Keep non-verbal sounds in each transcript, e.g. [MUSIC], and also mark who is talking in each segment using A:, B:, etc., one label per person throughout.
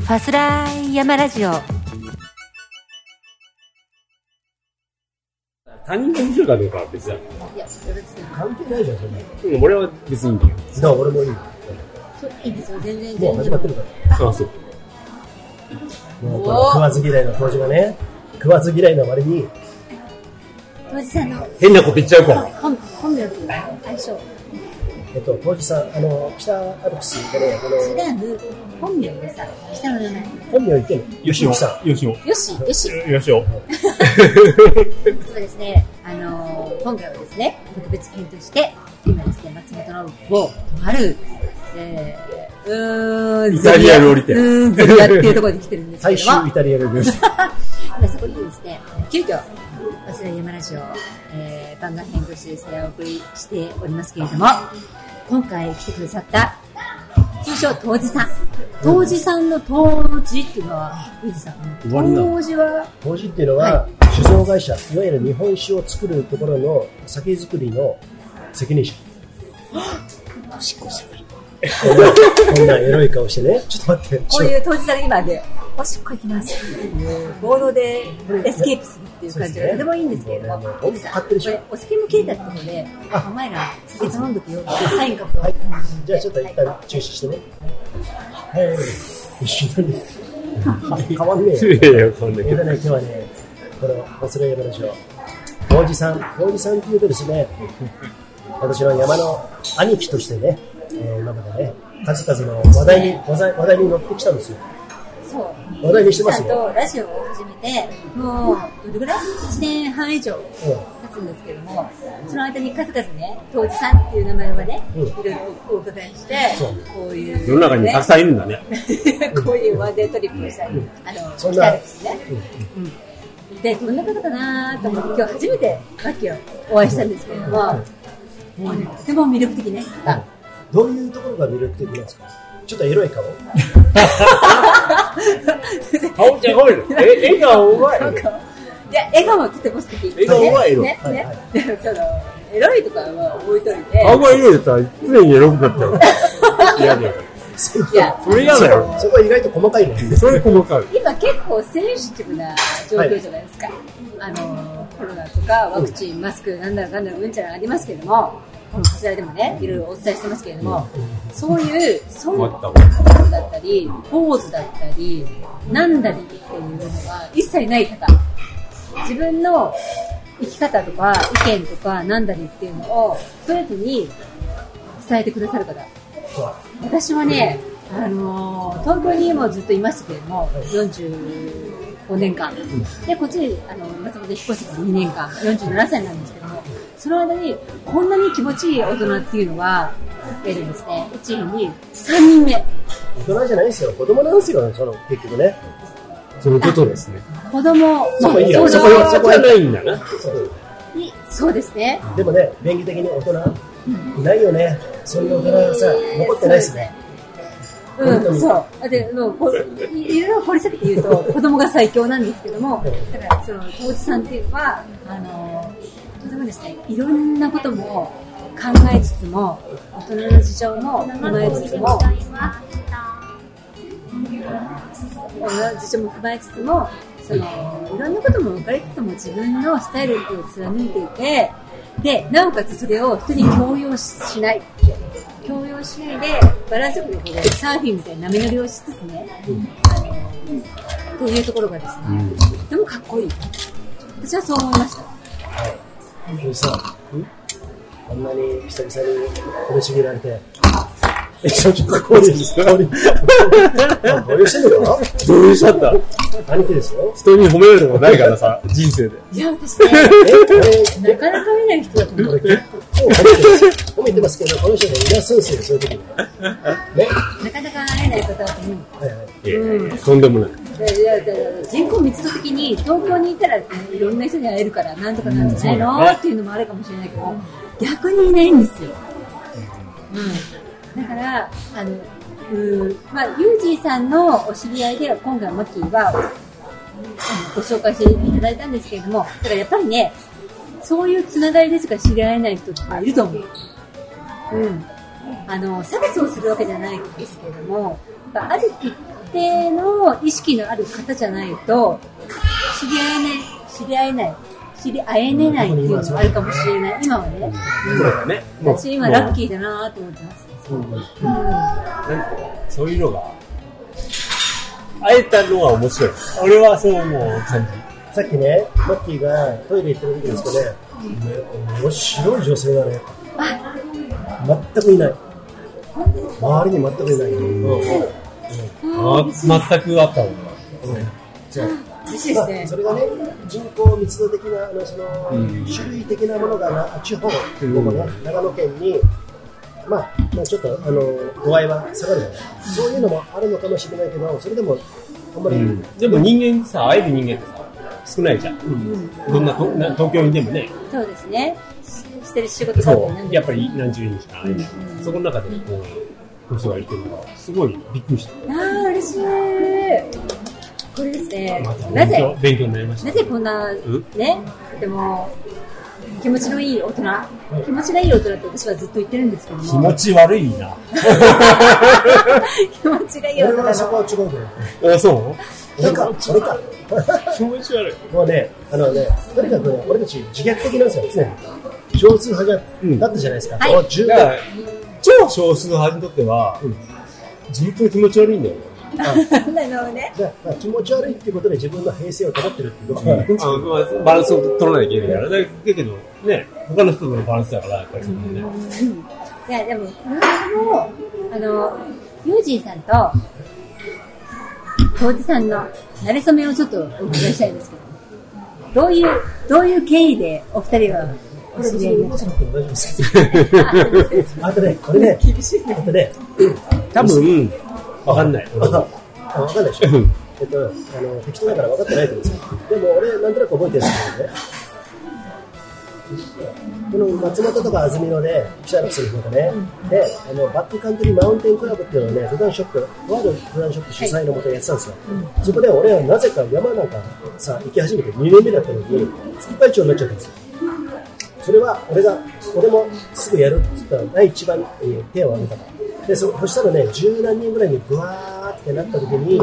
A: ファスライヤマラジオ
B: 他人が面白いかどうかは別だ。
C: 関係ないじゃん、そんなの。
B: うん、俺は別にいいんだよ。
C: だから俺もいいよ。
A: いいですよ全然
C: もう始まってるから。
B: あ、そう。
C: もうこの食わず嫌いの当時がね、食わず嫌いの割に、
A: おじさんの
B: 変なこと言っちゃうか。
A: 本本名と相性
C: えっと、当時さん、あの、北アルプスでね、この、
A: 違う本名でさ北の名前
C: 本名言ってん
B: 吉
C: の
B: 尾。
C: ゆきさ
B: 吉尾。
A: よしよし
B: 吉尾。
A: そうですねあのー今回はですね特別編として今ですね松本の某とあるえーうーん
B: イタリア料理店
A: ゼリアうーんゼリアっていうところに来てるんですけ
C: 最
A: れども
C: 終イタリア料理。
A: 今そこにですね、急遽、忘れ山ラジオ、えー、番外編としてですね、お送りしておりますけれども、今回来てくださった、通称、当時さん。当時さんの当時っていうのは、ウィズさん。
B: 終わりな
A: 当時は、
C: 当時っていうのは、
A: は
C: 酒造会社、いわゆる日本酒を作るところの酒造りの責任者。こんな、こんなエロい顔してね。 [LAUGHS] ちょっと待って。
A: こういう当時さんが今で、おしっこ行きますっていう、ボードでエスケープするっていう感じがとてもいいんですけれども、
C: そう
A: ウ
C: で
A: ィズ
C: すね
A: さん、
C: 買っ
A: こ
C: てるでしょ
A: れ、お酒も切れたってことで、お前ら、酒頼んどくよっていうサインかも。
C: はい、じゃあちょっと一旦注視してね。はい、一緒だ [LAUGHS] ね。変わんねえよ。
B: いやいや、そんだ
C: え
B: け
C: ーと
B: ど。
C: ね、今日はね、この忘れ山でしょう。王子さん、王子さんっていうとですね、 [LAUGHS] 私の山の兄貴としてね、えー今までね、数々の話題に、話題話題に乗ってきたんですよ。
A: そう。
C: 話題にしてます
A: さん
C: よ。
A: とラジオを始めて、もう、どれぐらい ?1 年半以上
C: うん
A: 経つんですけども、その間に数々ね、当時さんっていう名前はね、
C: うん
A: いろいろお伺いして
C: そう、
A: こういう、
B: 世の中にたくさんいるんだね。
A: ね [LAUGHS] こういうワンデートリップをしたり、あの、
C: そん
A: 来
C: な
A: たりですね。で、どんな方かなと思って、今日初めてマッキーをお会いしたんですけれども、もうね、とても魅力的ね。
C: うんどういうところが魅力的なんですかちょっとエロい顔
B: 顔じゃごいの。え、笑顔が
A: なんかいや、笑顔はとても素敵。
B: 笑顔はエロい
A: ね、ね、
C: はいはい
A: ね、 [LAUGHS] その、エロいとかは置いといて。
B: 顔が色だったら常に喜ぶだったよ。嫌だよ。
A: いや、
B: それ嫌だよ。
C: そこは意外と細かいね。
B: それ細かい。
A: 今結構センシティブな状況じゃないですか。あの、コロナとかワクチン、マスク、なんだらかんだらうんちゃらありますけれども、このこちらでもね、いろいろお伝えしてますけれども、そういう、そういう
B: 終わっ
A: ことだったり、ポーズだったり、なんだりっていうのが一切ない方。自分の生き方とか意見とかなんだりっていうのをストレートに伝えてくださる方。私はね、あのー東京にもずっといましたけれども、45年間、でこっちにあの松本で引っ越して2年間、47歳なんですけども、その間にこんなに気持ちいい大人っていうのは、えるんですね、1位に3人目、
C: 大人じゃないですよ。子供なんですよ、その結局ね。
B: そういうことですね。
A: 子供
C: そこいいよ
A: まあ
C: そ
B: そ
C: こ
B: こ
C: よ
B: じ
A: 子供
C: そこ
B: ゃないんだな。
C: そう
A: にそうですね、
C: でもね、便宜的に大人、いないよね。そういう大人がさ、残ってないですね。
A: うん
C: 本当、に
A: そう。だって、もうこう、いいろいろ掘り下げて言うと、子供が最強なんですけども、だから、その、当時さんっていうのは、あの、とてもですね、いろんなことも考えつつも、大人の事情も踏まえつつも、大人の事情も踏まえつつも、その、いろんなことも分かりつつも、自分のスタイルを貫いていて、で、なおかつそれを人に強要しない。強要しないで、バランスよくこうサーフィンみたいな波乗りをしつつね、あのっていうところがですね、とてもかっこいい。私はそう思いました。
C: でさ、こんなに久々に苦しめられて、え、ちょ、ちょ、こうですかどうしてんのか
B: どうしちゃった
C: な兄貴ですよ。
B: 人に褒められたことないからさ、人生で。
A: いや、私ね、 [LAUGHS]
C: え、これ、
A: なかなか見ない人だと思
C: こ
A: う。
C: れ結構褒めてます。褒めてますけど、この人がいらっすんですよ、そういう時に。ね。
A: なかなか会えない方だと思う。
C: はいはい。
B: いやいやいやとんでもない。
A: いやいやいや人口密度的に東京にいたらねいろんな人に会えるからなんとかなんじゃないの、っていうのもあるかもしれないけど逆にいないんですよ、うん、だからあのうーまあ、ユージーさんのお知り合いで今回マッキーはあのご紹介していただいたんですけれどもだからやっぱりねそういうつながりでしか知り合えない人っていると思ううんあの差別をするわけじゃないですけれどもぱある一定の意識のある方じゃないと、知り合えない、知り合えない、知り合えねないっていうのがあるかもしれない。今はね。
B: そうだよね。もう
A: 私今ラッキーだなと思ってます。
B: なんかそういうのが、会えたのは面白い。俺はそうもう感
C: さっきね、マッキーがトイレ行ってる時ですけどね、面白い女性がね、全くいない。周りに全くいない。うん
B: じ。ま、全くあったもんな。
C: そう
A: 嬉しい
C: ま
A: ですね
C: あ、そ。れがね、人口密度的な、あのその
B: うん
C: 種類的なものがな、地方、ここね、長野県に、まあ、まあ、ちょっとあの度合いは下がるじゃない、そういうのもあるのかもしれないけど、それでもあんまり、
B: でも人間さ、会える人間ってさ、少ないじゃん。どんなとな東京にでもね、
A: そうですね。ししてる仕事だと
B: そ
A: なん
B: う、
A: で
B: やっぱり何十人しか会えない。そこの中でこう、こう人がいてるのが、すごいびっくりした。
A: ああ、嬉しい。これですね
B: また。
A: な
B: 勉強
A: ぜ、
B: 勉強になりました。
A: なぜこんな、
B: ん
A: ね、とても、気持ちのいい大人。気持ちがいい大人って私はずっと言ってるんですけど
B: 気持
A: も。
B: ち悪いな。
A: 気持ちがいい大
C: 俺は
A: 人
C: そ
A: の。
C: こは違うけ
B: [LAUGHS]
C: ど、
B: あ、そう
C: 俺か、俺か、
B: 気持ち悪い。
C: もうね、あのね、とにかくね、俺たち自虐的なんですよ、常に。少数派
B: う
C: じゃ
B: ん
C: だったじゃないですか、
A: はい
C: もう十
B: だ
C: 分
B: から、超少数派にとっては、自分気持ち悪いんだよね。
A: なのね。
C: じゃあまあ気持ち悪いっていうことで自分の平成を保ってるっていうこと
B: あ
C: が、うん
B: まあバランスを取らなきゃいけないから。だだけど、ね、他の人とのバランスだから、やっぱりそのね。
A: いや、でも、もう、あの、ユージンさんと、コウジさんの馴れ初めをちょっとお伺いしたいんですけど、どういう、どういう経緯でお二人はお知り合いになっ
C: そ
A: た
C: う
A: の
C: いうことも大丈夫ですけどあとね、これね、
A: 厳しい
C: あとね、
B: 多分、わかんない。
C: あわかんないでしょ
B: うん。
C: えっと、あの適当だから分かってないと思うんですよ。でも俺、なんとなく覚えてるんですけどね。この松本とか安曇野で記者のすることね、であのバックカントリーマウンテンクラブっていうのをね、登山ショップ、ワールド登山ショップ主催のもとやってたんですよ、そこで俺はなぜか山なんかさ、行き始めて2年目だったのに、副会長になっちゃったんですよ、それは俺が、俺もすぐやるって言ったら、第一番に、えー手を挙げたから、でそそしたらね、十何人ぐらいにぐわーってなった時に、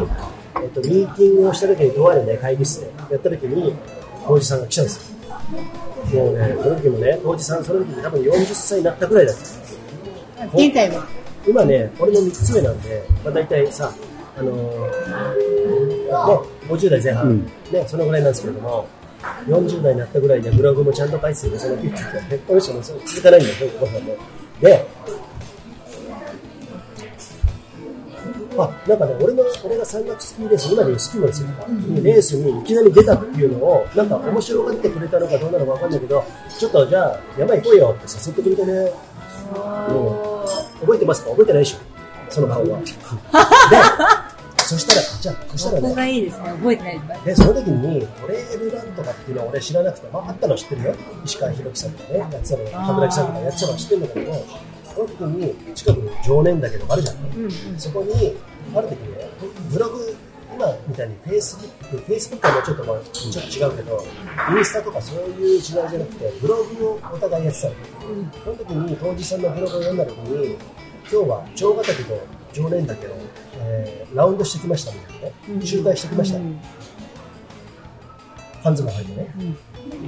C: えっと、ミーティングをした時に、ドアでね、会議室でやった時に、浩次さんが来たんですよ。もうね、その時もね、当時さん、その時に多分40歳になったぐらいだった。
A: 現在は、
C: 今ね、俺の3つ目なんで、まあ、大体さ、あのーね、50代前半、
B: うん
C: ね、そのぐらいなんですけれども、40代になったぐらいでブログもちゃんと書いてて、その結局、ね、この人もそう続かないんだよ、僕はね。で、あ、なんかね、俺の、俺が山岳スキーレース、今でいうスキーのですよ、レースにいきなり出たっていうのを、なんか面白がってくれたのかどうなのかわかんないけど、ちょっとじゃあ、山行こうよって誘ってくれてね、覚えてますか覚えてないでしょその顔は。で、そしたら、じゃあ、そし
A: こ
C: たら
A: こ
C: ね、
A: がいいですね。覚えてないです
C: で、その時に、トレイルランとかっていうのは俺知らなくて、まあ、あったのは知ってるよ。石川博樹さんとかね、やってたの、田村木さんとかやってたのは知ってるんだけども、その時に、近くに常年岳とかあるじゃん。
A: うんうん。
C: そこに、ある時ね、ブログ、今みたいにフェイスブック、フェイスブックはもうちょっと,、まあ、ちょっと違うけど、インスタとかそういう時代じゃなくて、ブログをお互いやってたの。その時に、当時さんのブログを読んだ時に、今日は長ヶ岳と常連岳を、えーラウンドしてきましたみたいなね、周回してきました、
A: うん
C: パンツも履いてね、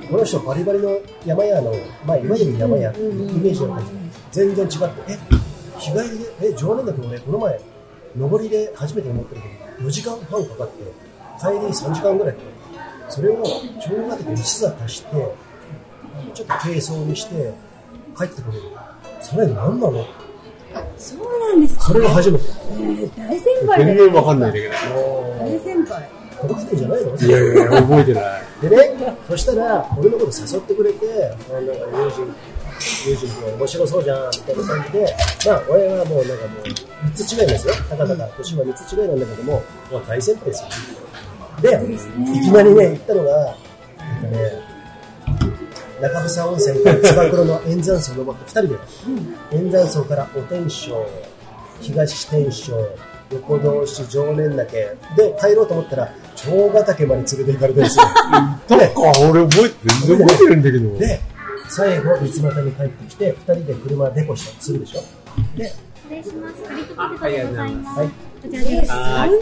C: この人、バリバリの山屋の、まあ、いわゆる山屋っていうイメージなんだけど、全然違って、え日帰りで、え常連岳、俺、この前、登りで初めて登ってるけど、4時間半かかって、帰り3時間ぐらいかかって、それを常連岳で1座足して、ちょっと軽装にして、帰ってくる、それ、なんなの
A: そうなんです
C: それが初めて。
A: えー大先輩だ
B: 全
A: ね
B: 然わかんないんだけ [LAUGHS] ど。
A: 大先輩。
C: 届けてんじゃないの
B: いやいや、覚えてない。
C: でね、そしたら、俺のこと誘ってくれて、あなんか友人、友人君面白そうじゃん、みたいな感じで、まあ、俺はもうなんかもう、3つ違いなんですよ。たかたか、年は3つ違いなんだけども、もう大先輩ですよ。で、いきなりね、行ったのが、なんかね、中房温泉からつば九郎の円山荘登って、2人で、円山荘からお天正、東天正、横通し常連岳で帰ろうと思ったら、長ヶ岳まで連れて行かれてるんですよ。
B: なんか、俺覚えて、全然覚えてるんだけど。
C: で、最後、三股に帰ってきて、二人で車デポしたりするでしょ。で、
D: 失礼します。クリックポテトでございます。
C: はい。
A: こちらです。
B: あ
A: そんなに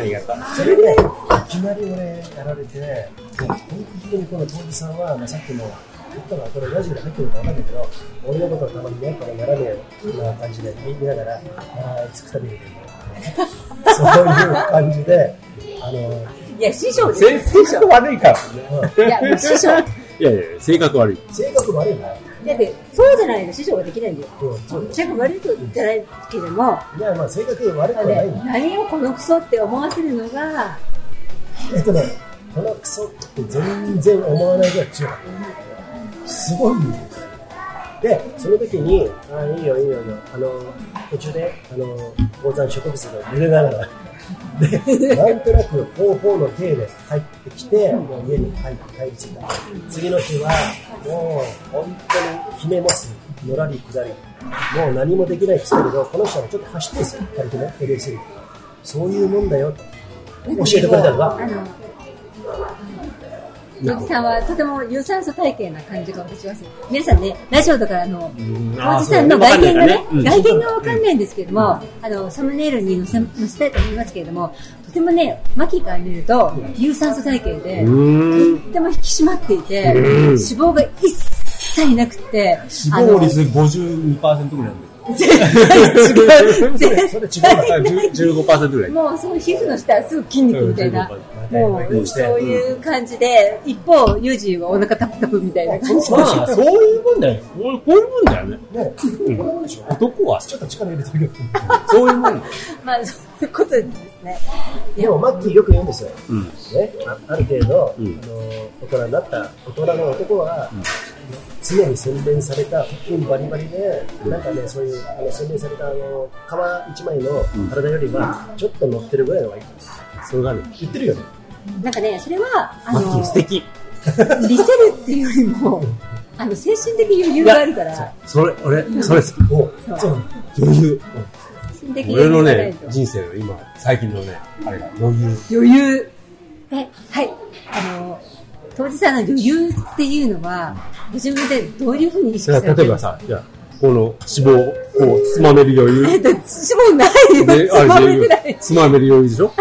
B: ありがとう。
C: それで、いきなり俺やられて、本当にこの当時さんは、まあ、さっきも言ったのは、これラジオで入ってるかわかんないけど、俺のことをたまにね、この斜めな感じで見ながら、ああ、いつくたびれてるんだろうねそういう感じで、あの、
A: いや、師匠です。
B: 性格悪いからね。
A: いや、もう師匠。 [LAUGHS] だ
B: いやいや、性格悪い。
C: 性格悪いな。
A: って、そうじゃないと師匠ができないんだよ。
C: うん、そう
A: 師匠が悪いとじゃないけども、
C: いや、まあ、性格悪くはないんだ。
A: 何をこのクソって思わせるのが、
C: えっとね、このクソって全然思わないぐらい強かった。すごいんですよ。で、その時に、ああ、いいよ、いいよ、いいよ。あの、途中で、あの、高山植物の茹でながら、で、なんとなく方法の手で入ってきて、もう家に帰って帰り着いた。次の日は、もう、本当に、ひねます。のらりくだり。もう何もできないですけれど、この人はちょっと走ってるんですよ。軽くね、LSD。そういうもんだよ、と。教えてくれたのが
A: あ。の、ゆきさんはとても有酸素体系な感じが私はする。皆さんね、ラジオとかあの、
B: あー
A: おじさんの
B: そう
A: 外見がね
B: ねわかんない、からね
A: 外見がわかんないんですけれども、あの、サムネイルに載せ載せたいと思いますけれども、とてもね、マキから見ると、有酸素体系で、
B: うん。
A: とっても引き締まっていて、脂
B: うん
A: 肪が一切なくて、
B: 死亡率52%ぐらいなんで。 [LAUGHS]
A: あの絶対違う。絶
C: それ違う
A: 対
C: わ
B: 15%ぐらい。
A: もうその皮膚の下はすぐ筋肉みたいな、
C: うん
A: もうそういう感じで、一方、ユージはお腹タプタプみたいな感じ。
B: まあ、そういうもんだよ。こうこういうもんだよね。
C: ね、こんなもんでしょ
B: 男は
C: ちょっと力入れてるけど。
B: そういうもんだよ。
A: [LAUGHS] まあ、そういうことですね。
C: でも、マッキーよく言うんですよ。
B: うん。
C: ね、あある程度、
B: うん
C: あの、大人になった、大人の男は、常に洗練された、腹筋バリバリで、なんかね、そういう、あの、洗練された、あの、皮一枚の体よりは、ちょっと乗ってるぐらいの方がいいと。
B: それがね。
C: 言ってるよね。
A: なんかね、それは、あ
B: マッキ
A: の
B: ー、素敵。
A: リセルっていうよりも、あの、精神的余裕があるから、
B: それ、俺、それ好き。
C: お
A: そう
C: そう。
B: 余裕。
A: 精神的余
B: 俺
A: 裕
B: の
A: がない
B: ね
A: と。、
B: 人生の今、最近のね、あれが余裕。
A: 余裕。え、はい。あの、当事者の余裕っていうのは、ご自分でどういうふうに意識されてるん
B: 例え
A: ですか [LAUGHS]
B: ばさ、じゃあこの脂肪をつまめる余
A: えっ [LAUGHS] と、
B: 裕。
A: 私もうないよ。つ
B: で、
A: ま
B: あ
A: め
B: れ
A: ぐら
B: で
A: い、。
B: つまめる余裕でしょ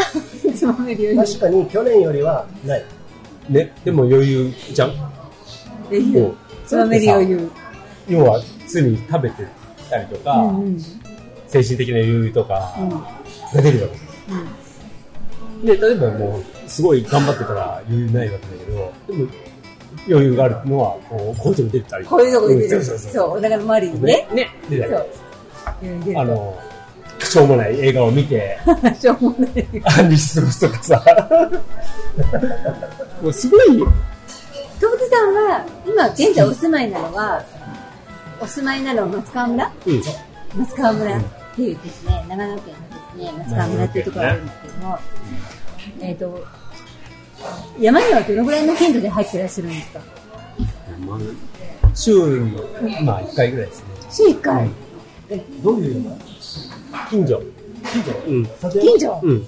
A: つまめるように
C: 確。かに、去年よりは、ない。
B: ね、でも余裕じゃん。
A: 余
B: こ
A: 裕
B: う
A: つまめる余裕。
B: 要は常に食べてたりとか、
A: うんうん。
B: 精神的な余裕とか
A: うん
B: が出るわけです、で例えばもうすごい頑張ってたら余裕ないわけだけどでも余裕があるのはこうこういうとこ出てたり
A: こういうとこ出て
B: うん
A: る。
B: そうそ
A: そ
B: う
A: う、
B: そ
A: お腹の周り
B: う
A: にね。
B: ね出たり
A: そう。余裕
B: あのしょうもない映画を見て [LAUGHS]
A: 出る。しょうもない。
B: アンリスボスとかさ [LAUGHS] もうすごいよ
A: ともきさんは、今現在お住まいなのは、お住まいなのは松川村
B: うん
A: 松川村っていうですね、長野県のですね、松川村っていうところがあるんですけども、えっと、山にはどのぐらいの頻度で入ってらっしゃるんですか
B: まあ週にまあ1回ぐらいですね
A: 週1回。
C: どういうような
B: 近所
C: 近所
B: うん
C: 建
A: 近所
B: うん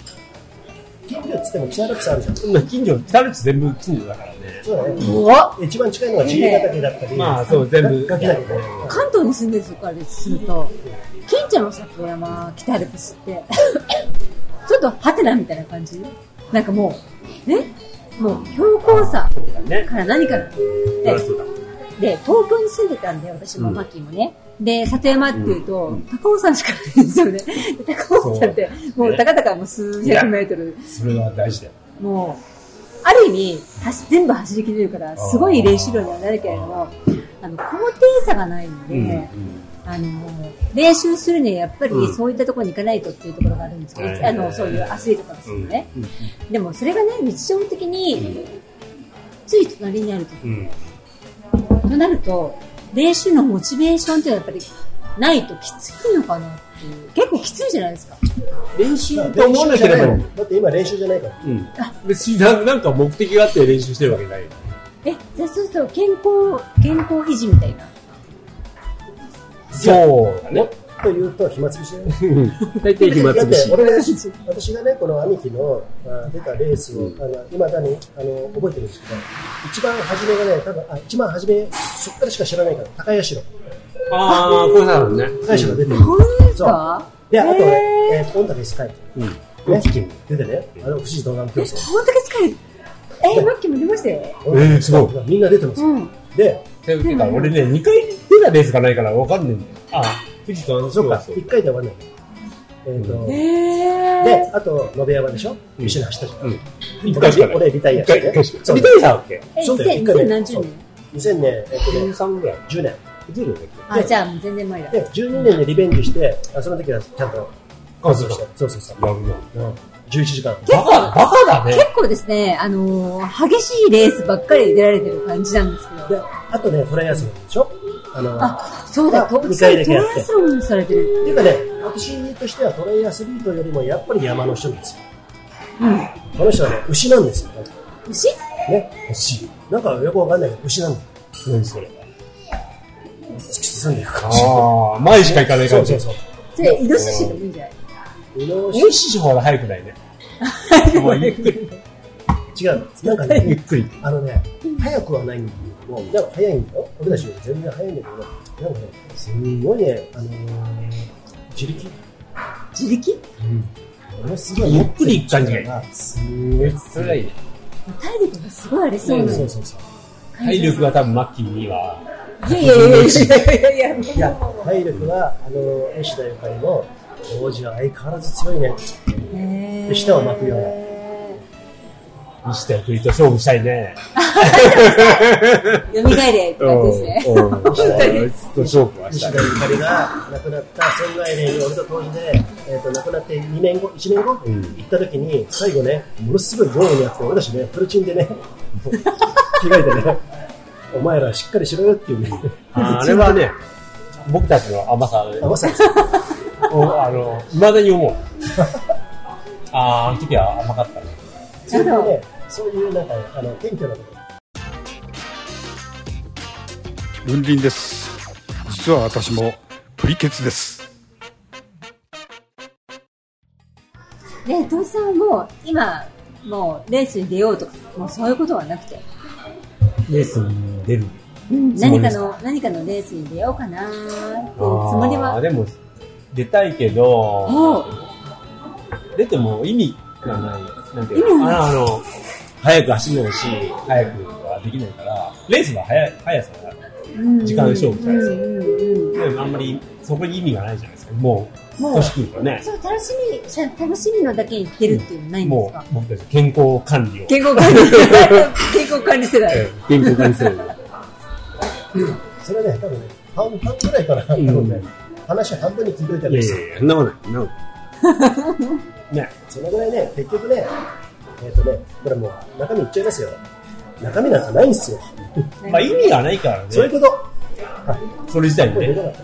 C: 近所っつっても、北アルプスあるじゃん。
B: まあ近所北アルプス全部近所だからね
C: そうだね。
A: お関
C: 一番近いのが自由畑だったり、
B: まあそう全部
C: ガキだけど、
A: 東に住んでるとこからすると、近所の里山、北アルプスって、 [LAUGHS] ちょっとハテナみたいな感じなんかもう、ねもう標高差
B: ね
A: から何から。
B: そりゃそうだ
A: で、東京に住んでたんで、私も
B: うん
A: マッキーもね。で、里山っていうと、高尾山しかないんですよね。 [LAUGHS] で高尾山って、
B: う
A: もう、
B: ね
A: たかたかもう数百メートル。
B: それは大事だよ
A: もう、ある意味、走全部走り切れるから、すごい練習量にはなるけれども、あの、高低差がないので、あの、練習するにはやっぱり
B: うん
A: そういったところに行かないとっていうところがあるんですけど、
B: はい
A: あの、そういうアスリートからするとね。
B: うん
A: でもそれがね、日常的に、つい隣にある
B: うんうん
A: と、となると、練習のモチベーションっていうのはやっぱりないときついのかなっていう。結構きついじゃないですか。
B: 練習と思わなければいい
C: だって今練習じゃないから。
B: うん別にななんか目的があって練習してるわけないよ
A: え、じゃあそうすると健康、健康維持みたいな。
B: そうだね
C: というと、暇つぶしだよね。
B: 大体 [LAUGHS] 暇つぶし
C: だって俺が私がね、この兄貴のあ出たレースを、あの今だにあの覚えてるんですけど、一番初めがね、多分あ一番初め、そっからしか知らないから、高社。
B: [LAUGHS] ああこうなのね
C: 高社が出てる。
A: 本当です
C: そう
A: か
C: で、あとね
A: へ、
C: えー、オンタケスカイ。
B: うん。
C: ね
B: キキン。
C: 出てね、あの、富士道南競争。
A: 本当ですかえー、マッキーも出ましたよ。
C: オンタケスカイ
B: す
C: みんな出てますよ。
A: うん。
C: で、
B: ていうか、俺ね、2回出たレースがないから分かんねえんだよ。あ、富士とあの
C: そうか、
B: そう
C: 一回で終わんない。えっと、
A: えー。
C: で、あと、延山でしょ
B: うん
C: 一緒に走ったじゃん。
B: うん。1回しかない。
C: 俺リタイアして
B: 一回一回しかない
C: そう
B: リタイアしたっけ
A: え、
C: そうだよ一
A: 2000
C: 回ね
A: 何十
C: そう
A: 年
C: 2000年、えっとね、
B: ?13 ぐらい。
C: 10年。
B: 10年だっ
A: あ、じゃあもう全然前だ。
C: で、12年でリベンジして、あその時はちゃんと完走して。そうそうそう。
B: けラブの。
C: うん11時間。
B: バカ、バカだね。
A: 結構ですね、あのー、激しいレースばっかり出られてる感じなんですけど。
C: で、あとね、トライアスロンでしょあの、
A: あ、そうだ、
C: まあ
A: トップ
C: 二回だ
A: ト
C: けやっ
A: ラ
C: て
A: イアスロンされてる。
C: っていうかね、私としてはトライアスリートよりもやっぱり山の人なんですよ。この人はね、牛なんですよ。
A: 牛
C: ね。牛。なんかよくわかんないけど、牛なんだよ。
B: 何それ。
C: 突き進んでいく感じ。
B: ああ、前しか行かない
C: そ
B: 感
C: う
B: じ
C: そう。そう。
A: それ、イノシシでもいいんじゃない
C: イノ
B: よ
C: シ
B: し、ほら、早くないね。もうゆっくり、
C: シ違うの。なんか
B: ゆ
C: ね
B: っ、くり。
C: あのね、早くはないんだけども、でも早いんだよ。俺たちより全然早いんだけど、なんかね、すんごいね、あのー、自力
A: 自力
C: ものすごい
B: ゆっくり行く感じがいい
C: すごい。
B: それがいいね。
A: 体力がすごいありそうな
C: そうそうそう。
A: 感
B: 体
A: じ。
B: 力が多分、マッキーには、
A: いやいやいやいやいやいやい
C: いや
A: や。、
C: 体力は、あの、吉田ゆかりの、王子は相変わらず強いね。
A: へー
C: 舌を巻くような
B: 西田ゆくりと勝負したいね。
A: 蘇れって感じですね。
B: うん。西田ゆくりと勝負はし
C: 吉
B: た
C: 田
B: い。
C: ゆかりが亡くなった、仙台で、俺と当時で、えっ、と、亡くなって2年後、1年後、
B: うん
C: 行った時に、最後ね、ものすごい豪雨にあって、俺たちね、フルチンでね、 [LAUGHS] 着替えてね、お前らしっかりしろよっていうね、
B: ああれはね、僕たちの甘 [LAUGHS] さ
C: 合わせ
B: を、あの、いまだに思う。ああ、あの時は甘かったね。
C: そういうね、そういうなんか、あの、謙虚なこと。
D: 文林です実は私もプリケツです
A: で、トシさんはもう、今、もう、レースに出ようとか、もうそういうことはなくて、
B: レースに出る。つも
A: 何
B: りで
A: か
B: すか
A: の、何かのレースに出ようかなーっていうつ
B: あー
A: もりは、
B: でも、出たいけど、
A: おう
B: 出ても意味がない。なんていう
A: 意味
B: の
A: がない
B: ああの、早く走れないし、早くはできないから、レースは早い、速さがある。時間勝負じゃないですか
A: うんうんうん
B: でもあんまり、そこに意味がないじゃないですか。もう、
A: もう
B: 年食うとね。
A: そう、楽しみしゃ、楽しみのだけに出るっていうのないんです
B: も
A: か
B: う、僕たち健康管理を。
A: 健康管理、健康管理世代。
B: ええ健康管理する。
C: それね、多分ね、半分ぐらいから、多
B: ん
C: 分ね、話半分に聞いといたん
B: いや
C: で
B: い
C: すよ
B: やいや、そんなことない。そんなことない [LAUGHS] ね。
C: そのぐらいね、結局ね、えっ、とね、これもう中身いっちゃいますよ。中身なんかないんですよ。
B: まあ意味がないからね。
C: そういうこと。
B: それ自体に
C: これ
B: ね。
C: どうだった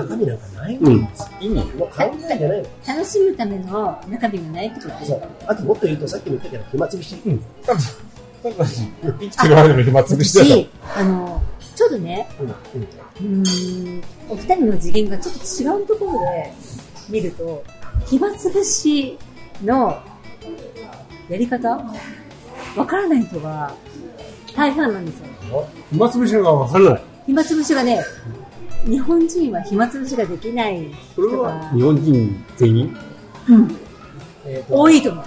C: の中身なんかないん
B: うん
C: ですよ。。
B: 意味
C: もう考えじゃないの。
A: 楽しむための中身がないってことです
C: そ
A: か
C: う。あともっと言うと、さっきも言ったけど、暇つぶし。
B: うん。ただ、ただし、生きてる間の暇つぶしだから
A: 私あの、ちょっとね、
C: うんうん
A: うーん、お二人の次元がちょっと違うところで見ると、暇つぶしのやり方わからない人が大半なんですよ。
B: 暇つぶしのが分からない。
A: 暇つぶしがね、日本人は暇つぶしができない
B: それ
A: 人
B: は
A: が
B: 日本人全員
C: えーと
A: 多いと思う。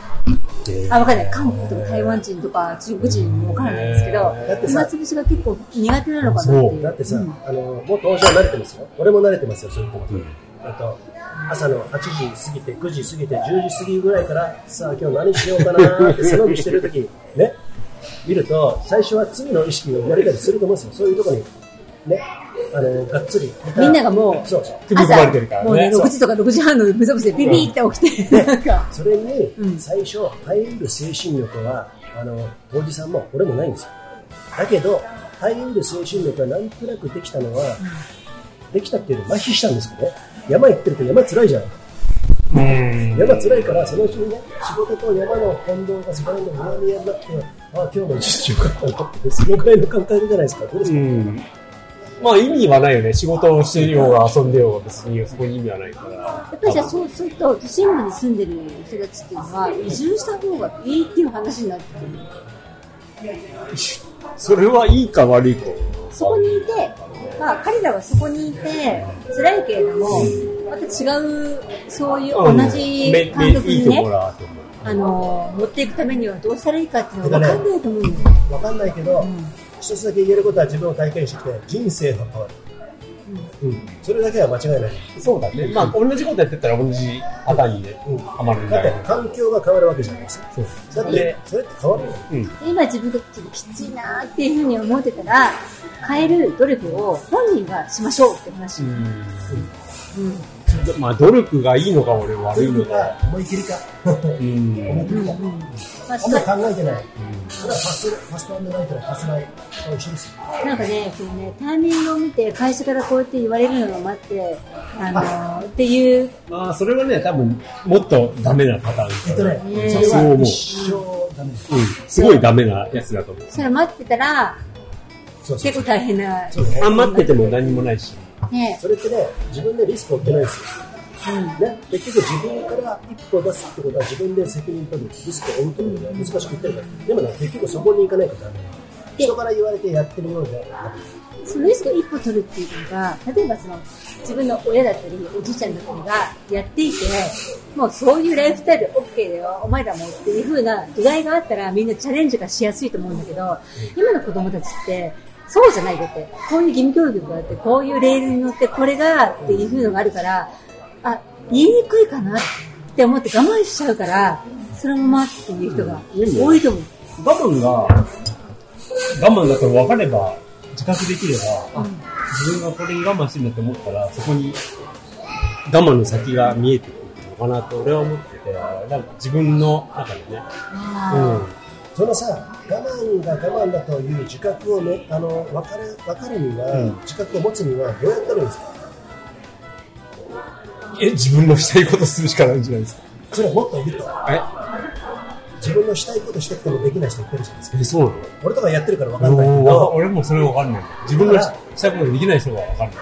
A: あ、わかんない。韓国とか台湾人とか中国人もわからないですけど、
C: だって
A: 暇
C: さ、
A: つぶしが結構苦手なのかなっていう。
C: だってさ、
A: うん
C: あの、もう当時は慣れてますよ。俺も慣れてますよ、そういうこと。
B: うん
C: あと、朝の8時過ぎて、9時過ぎて、10時過ぎぐらいから、さあ今日何しようかなーって、背伸びしてる時ね、見ると、最初は罪の意識が生まれたりすると思うんですよ。そういうとこに、ね、あの、がっつり。
A: みんながもう
C: そうそう。
B: 組み込まれてるから
A: 朝
B: ね
A: もうね、
B: そう
A: 6時とか6時半の目覚ましでビビって起きて、なんか、
C: それ
A: う
C: に、
A: ん
C: 最初、耐えうる精神力は、あの、当時さんも俺もないんですよ。だけど、耐えうる精神力がなんとなくできたのは、できたっていうより麻痺したんですけどね。山行ってると山辛いじゃん。
B: うん
C: 山辛いから、そのうちにね、仕事と山の混同が世界の南になって、ああ、今日も一日よかったなって、そのくらいの感覚じゃないですか。どうです
B: う
C: か、
B: ん。まあ意味はないよね。仕事をしてようが遊んでようが別にそこに意味はないから。 [LAUGHS]
A: やっぱりじゃあそうすると、都心部に住んでる人たちっていうのは、移住した方がいいっていう話になってくる。
B: それはいいか悪いか。
A: そこにいて、まあ彼らはそこにいて、辛いけれども、また違う、そういう
B: うん
A: 同じ
B: め
A: 感覚
B: めい
A: に
B: いとこ
A: ね
B: ろ、だと思う。
A: あの、持っていくためにはどうしたらいいかっていうのは分かんないと思うよ。
C: わかんないけど、
A: うん
C: 一つだけ言えることは自分を体験してきて、人生が変わる。
B: うん
C: それだけは間違いない。
B: そうだね。まあ、同じことやってたら同じパターンにね
C: うん
B: ハマるん
C: だっ
B: だ
C: て
B: よ。
C: 環境が変わるわけじゃないですか。
B: そう
C: だ
B: で
C: って、それって変わるよ。
A: 今自分がちょっときついなーっていうふうに思ってたら、変える努力を本人がしましょうって話。
B: う
A: うん。
B: ん。まあ、努力がいいのか、俺悪いのか。
C: 思い切りか。
B: うん。
C: 思い切りか。
A: まあ、
C: あ
A: そう
C: んまり考えてない。それはファスト、ファストアンドナイトのファスナイと一緒ですよ。
A: なんかね、そのね、タイミングを見て、会社からこうやって言われるのを待って、あのー、っていう、
B: まあ、それはね、多分、もっとダメなパタ
C: え
B: ー
C: っ
B: ン
C: と
B: だ
C: ね
B: よ。、
C: それは一生ダメです。
B: うん。すごいダメなやつだと思う。
A: それ待ってたら、
C: そうそう
A: 結構
C: そう。
A: 大変な、
C: そうね
B: あ。んまってても何もないし。
A: ね、
C: それってね、自分でリスクを負ってないんですよ。
A: うん。
C: ね、結局自分から一歩出すってことは自分で責任取る、リスクを負うということが難しく言ってるから。でもね、結局そこに行かないとダメ。人から言われてやってるようじゃな
A: そのリスクを一歩取るっていうのが、例えばその自分の親だったり、おじいちゃんだったりがやっていて、もうそういうライフスタイル OK だよ、お前らもっていう風な土台があったらみんなチャレンジがしやすいと思うんだけど、今の子供たちって、そうじゃないだって、こういう義務教育があって、こういうレールに乗って、これがっていう風のがあるから、あ、言いにくいかなって思って我慢しちゃうから、そのままっていう人が多いと思う。
B: 我慢が、我慢だと分かれば、自覚できれば、あ自分がこれに我慢してるんだと思ったら、そこに我慢の先が見えてくるのかなと俺は思ってて、なんか自分の中でね、
A: あ
C: そのさ、我慢が我慢だという自覚をね、あの、分かる、分かるには、自覚を持つにはどうやったらいいんですか
B: え、自分のしたいことするしかないんじゃないですか。
C: それはもっと言うと、
B: え、
C: 自分のしたいことしたくてもできない人いっぱいいるじゃないですか。
B: えそう
C: 俺とかやってるから分か
B: なの
C: んないけど、
B: 俺もそれ分かんない。自分のしたいことできない人は分かんない。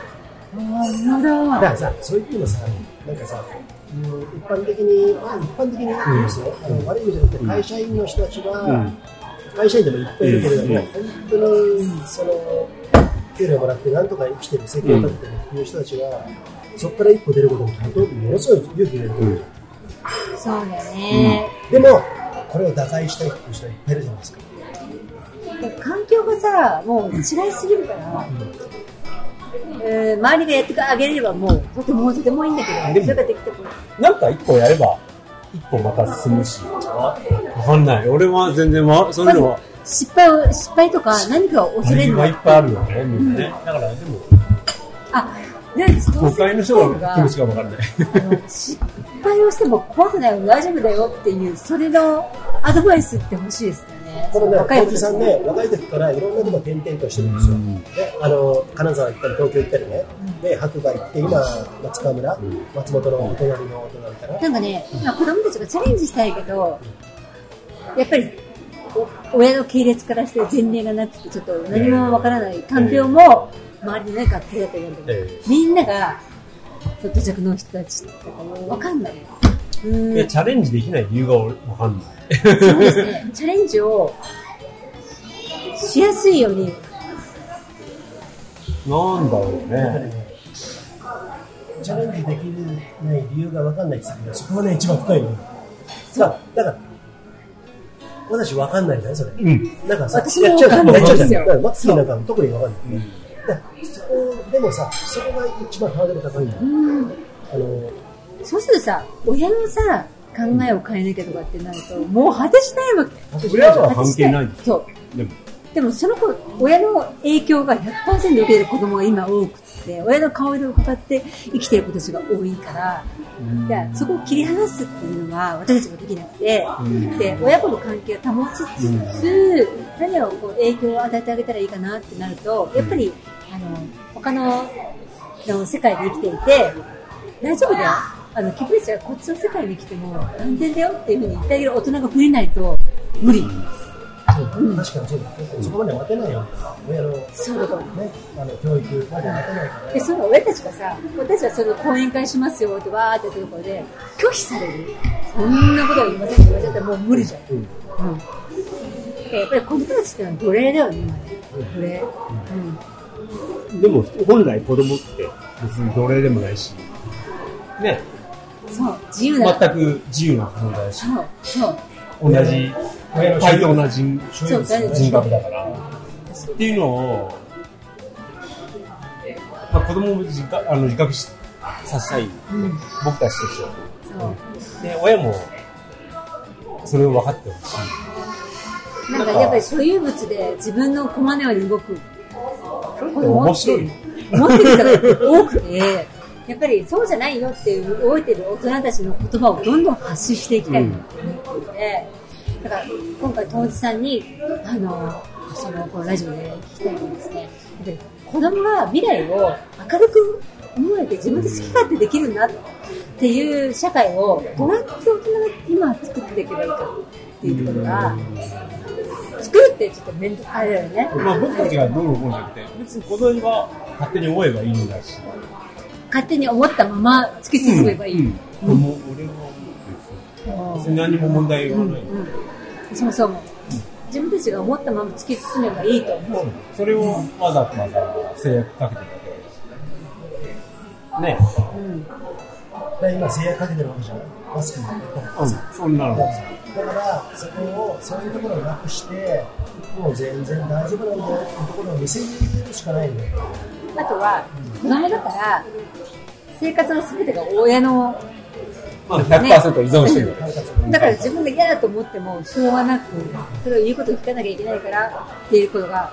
A: あ、なるほど。
C: だからさ、そういうのさ、なんかさ、うん一般的に、まあ、一般的に言うんですよ、あの悪い意味じゃなくて、会社員の人たちが、
B: うん
C: 会社員でもいっぱいいるけれども、
B: うん
C: 本当にその給料もらって、なんとか生きてる、生計を立ててるっていう人たちが、そこから一歩出ることに、本当にものすごい勇気がいると思う、
A: そうだね。
C: でも、これを打開したいっていう人はいっぱいいるじゃないですか。
A: 環境がさ、もう違いすぎるから、えー周りがやってあげれればもう、とてもとてもいいんだけど、それができてくる。
B: なんか一個やれば、一個また進むし。分かんない。俺は全然わ、そういうのは。
A: 失敗を、失敗とか何かを恐れる
B: がいっ
A: の。
B: ぱいあるよね、みんなね。だから、でも、
A: あ、なんでそ
B: 都会の人
A: が
B: が気持ちが分かんない。
A: あの失敗をしても怖くないよ、大丈夫だよっていう、それのアドバイスって欲しいですよね。
C: このね、
A: 若い
C: 小
A: 子
C: 木
A: た
C: さ
A: ち
C: ん
A: に
C: ね、若い時からいろんなとこ転々としてるんですよ。で、あの、金沢行ったり、東京行ったりね。で、白馬行って、今、松川村、松本のお隣のお隣から。
A: なんかね、今子供たちがチャレンジしたいけど、やっぱり、お親の系列からして前例がなくて、ちょっと何もわからない看病も、周りのね、学校だったりなんだけど
B: え
A: みんなが、ちょっと弱の人たちとかもわかんない。う
B: い
A: ー
B: や
A: ん、
B: チャレンジできない理由が俺分かんない。
A: そうですね。チャレンジを、しやすいように、
B: なんだろうね。
C: チャレンジできない理由が分かんないって言ってたけど、そこがね、一番深いのよ。さあ、だから、私分かんないんだよ、それ。
B: うん。
C: なんかさ、
A: 私も
C: やっちゃう
A: 分かんない
C: やっちゃうじ
A: で
C: ゃ
A: すよ
C: だからマッキーなんかも特に分かんない。だからそこ、でもさ、そこが一番ハードル高いんだよ。あの、
A: そうするとさ、親のさ、考えを変えなきゃとかってなると、もう果てしないわけ。
C: 私
B: 親は
A: 果て
B: 関
A: し
B: 係ないんです
A: そう。
B: でも、
A: でもその子、親の影響が100%受けてる子供が今多くって、親の顔色を伺って生きてる子たちが多いから、じゃあそこを切り離すっていうのは私たちもできなくて、
B: ん
A: で、親子の関係を保ちつつ、何をこう影響を与えてあげたらいいかなってなると、やっぱり、あの、他のの世界で生きていて、大丈夫だよ。あの、キプレチはこっちの世界に来ても安全だよっていうふうに言ってあげる大人が増えないと無理。
C: そう確かにそうだ、そこまで待てないよ、親の,、ね、
A: そうだと思う。
C: あの教育まで待てないから、
A: で、その親たちがさ、私はその講演会しますよってわーってやってるところで、拒否される。そんなことは言いませんって言われちゃったらもう無理じゃん。うん。でやっぱり子供たちってのは奴隷だよね、今ね。奴隷。
B: でも本来子供って別に奴隷でもないし、ね、
A: そう、自由な。
B: 全く自由な存在だし、
A: そう、そう。
B: 同じ、
C: 親の
B: 対
C: 所有
B: 等な人
A: そう
C: ですよね
B: 人格だから。っていうのを、まあ、子供も自覚あの自覚しさせたい、僕たちとしては。
A: そう。
B: で、親も、それを分かってほしい。
A: なんかやっぱり所有物で自分の駒のように動く。これ
B: 面白い。
A: 持ってる人が多くて、やっぱりそうじゃないよっていう動いてる大人たちの言葉をどんどん発信していきたいと思っていて、だから今回、当時さんに、あの、その、このラジオで聞きたいのはですね、やっぱり子供が未来を明るく思えて自分で好き勝手できるんだっていう社会をどうやって大人が今作っていけばいいかっていうところが、作るってちょっと面倒あれだよね。
B: まあ、僕たちがどうのこうのじゃなくて、別に子供が勝手に思えばいいんだし。
A: 勝手に思ったまま突き進めばいい。
B: うんうんもう俺は別に何も問題がない。
A: うん私もそう思う。自分たちが思ったまま突き進めばいいと思う。
B: それをわざわざ制約かけてるわけだし。ね。
A: うん、
C: で今制約かけてるわけじゃないマスクもやったりとかさ
B: そんなの。
C: だからそこをそういうところをなくしてもう全然大丈夫なんだよっていうところを見せるしかないんだよ
A: あとは、子供だから、生活の全てが親の、
B: まあ、100%依存してる。
C: 管轄
A: だから自分が嫌だと思っても、しょうがなく、それを言うことを聞かなきゃいけないからっていうことが、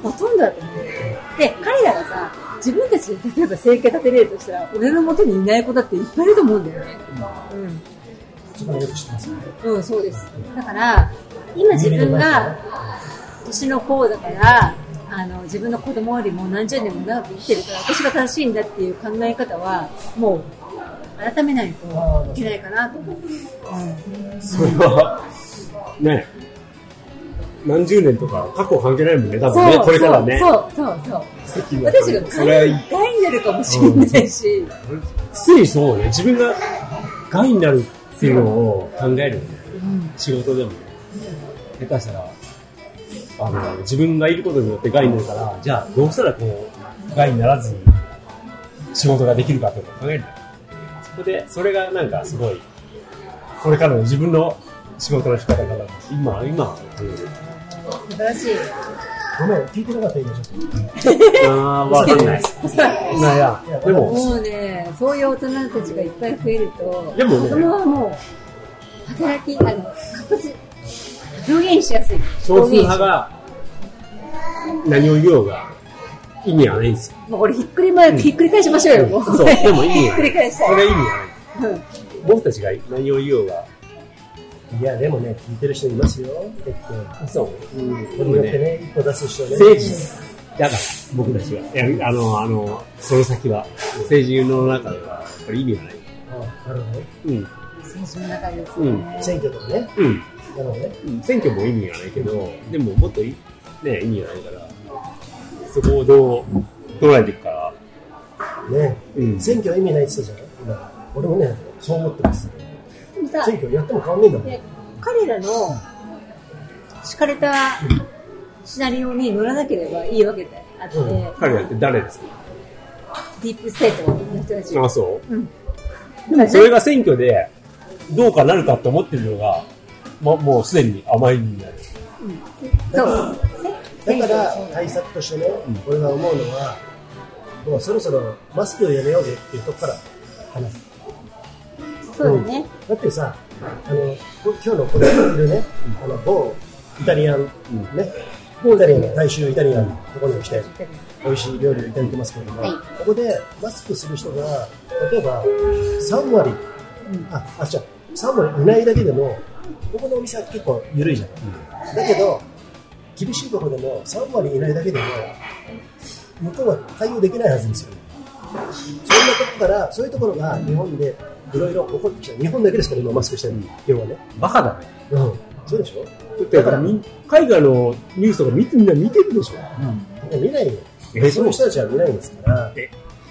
A: ほとんどだと思う。で、彼らがさ、自分たちで例えば生計立てれるとしたら、俺の元にいない子だっていっぱいいると思うんだよね。うん
C: そこはよく知ってますよね
A: うん、そうです。だから、今自分が、年の子だから、あの、自分の子供よりも何十年も長く生きてるから、私が正しいんだっていう考え方は、もう、改めないといけないかなと思う。
B: それは、ね。何十年とか過去関係ないもんね、多分ね、これからね。
A: そう、そう、そう。
B: 奇跡になって
A: 私
B: る
A: が
B: それはいい
A: 害になるかもしれないし、
B: ついそうね、自分が害になるっていうのを考えるよね。仕事でもね。下手したら、あの、自分がいることによって害になるから、じゃあどうしたらこう、害にならずに仕事ができるかってことを考えるんだよ。そこで、それがなんかすごい、これからの自分の仕事の仕方が、今、今、
A: 素晴らしい。
C: ごめん聞いてなかった今ちょっ
B: ああ、わかんない。まあいや、でも、
A: もうね、そういう大人たちがいっぱい増えると、
B: でも
A: 子
B: ね
A: 供はもう、働き、あの、活発、表現しやすい。
B: 少数派が何を言おうが意味はないんですよ。
A: もうこれひっくり返、ひっくり返しましょうよ、もう。
B: [LAUGHS] そう、でも意味
A: ひっ
B: は
A: く
B: な
A: り
B: い。
A: 返した
B: それ
A: い。
B: 意味はない。
A: うん。
B: 僕たちが何を言おうが、
C: といやでもね聞いてる人いますよ結構
B: そう、うん、
C: これによってね一歩出す人ね
B: 政治だから、僕たちは。いや、あの、あの、その先は、政治の中では、これ意味はない。
C: あなるほどね
B: うん、
A: 選手の中です
B: う
A: ね。
B: ん
C: 選挙とかねな
B: うん。
C: るほどね
B: 選挙も意味がないけど、でももっといね、意味がないから、そこをどう捉えていくか、
C: ね、
B: うん
C: 選挙は意味ないって言ったじゃん今俺もねそう思ってます
A: でもさ、
C: 選挙やっても変わんねえんだもん
A: で彼らの敷かれたシナリオに乗らなければいいわけであって、
C: うん
B: 彼らって誰ですか
A: ディープステートの人たち。
B: あ、そう
A: でも
B: それが選挙で、どうかなるかと思ってるのが、ま、もうすでに甘いになる。
A: そう。
C: だから対策としてね、
B: うん
C: 俺が思うのは、もうそろそろマスクをやめようぜっていうとこから話す。
A: そうだね。
C: だってさ、あのこ今日のこれいるね、あの某イタリアン、ね、某イタリアンの大衆イタリアンのところに来て、美味しい料理をいただいてますけれども、
A: はい
C: ここでマスクする人が、例えば3割、あ、あ、じゃ3割いないだけでも、ここのお店は結構緩いじゃない。だけど、厳しいところでも3割いないだけでも、向こうは対応できないはずですよ。そんなとこから、そういうところが日本でいろいろ起こってきた。日本だけですから、今マスクしてるの、要はね。
B: バカだね。
C: うん。そうでしょ
B: だってみ海外のニュースとか見てみんな見てるでしょ。
C: いや見ないよ。
B: え
C: そういう人たちは見ないんですから。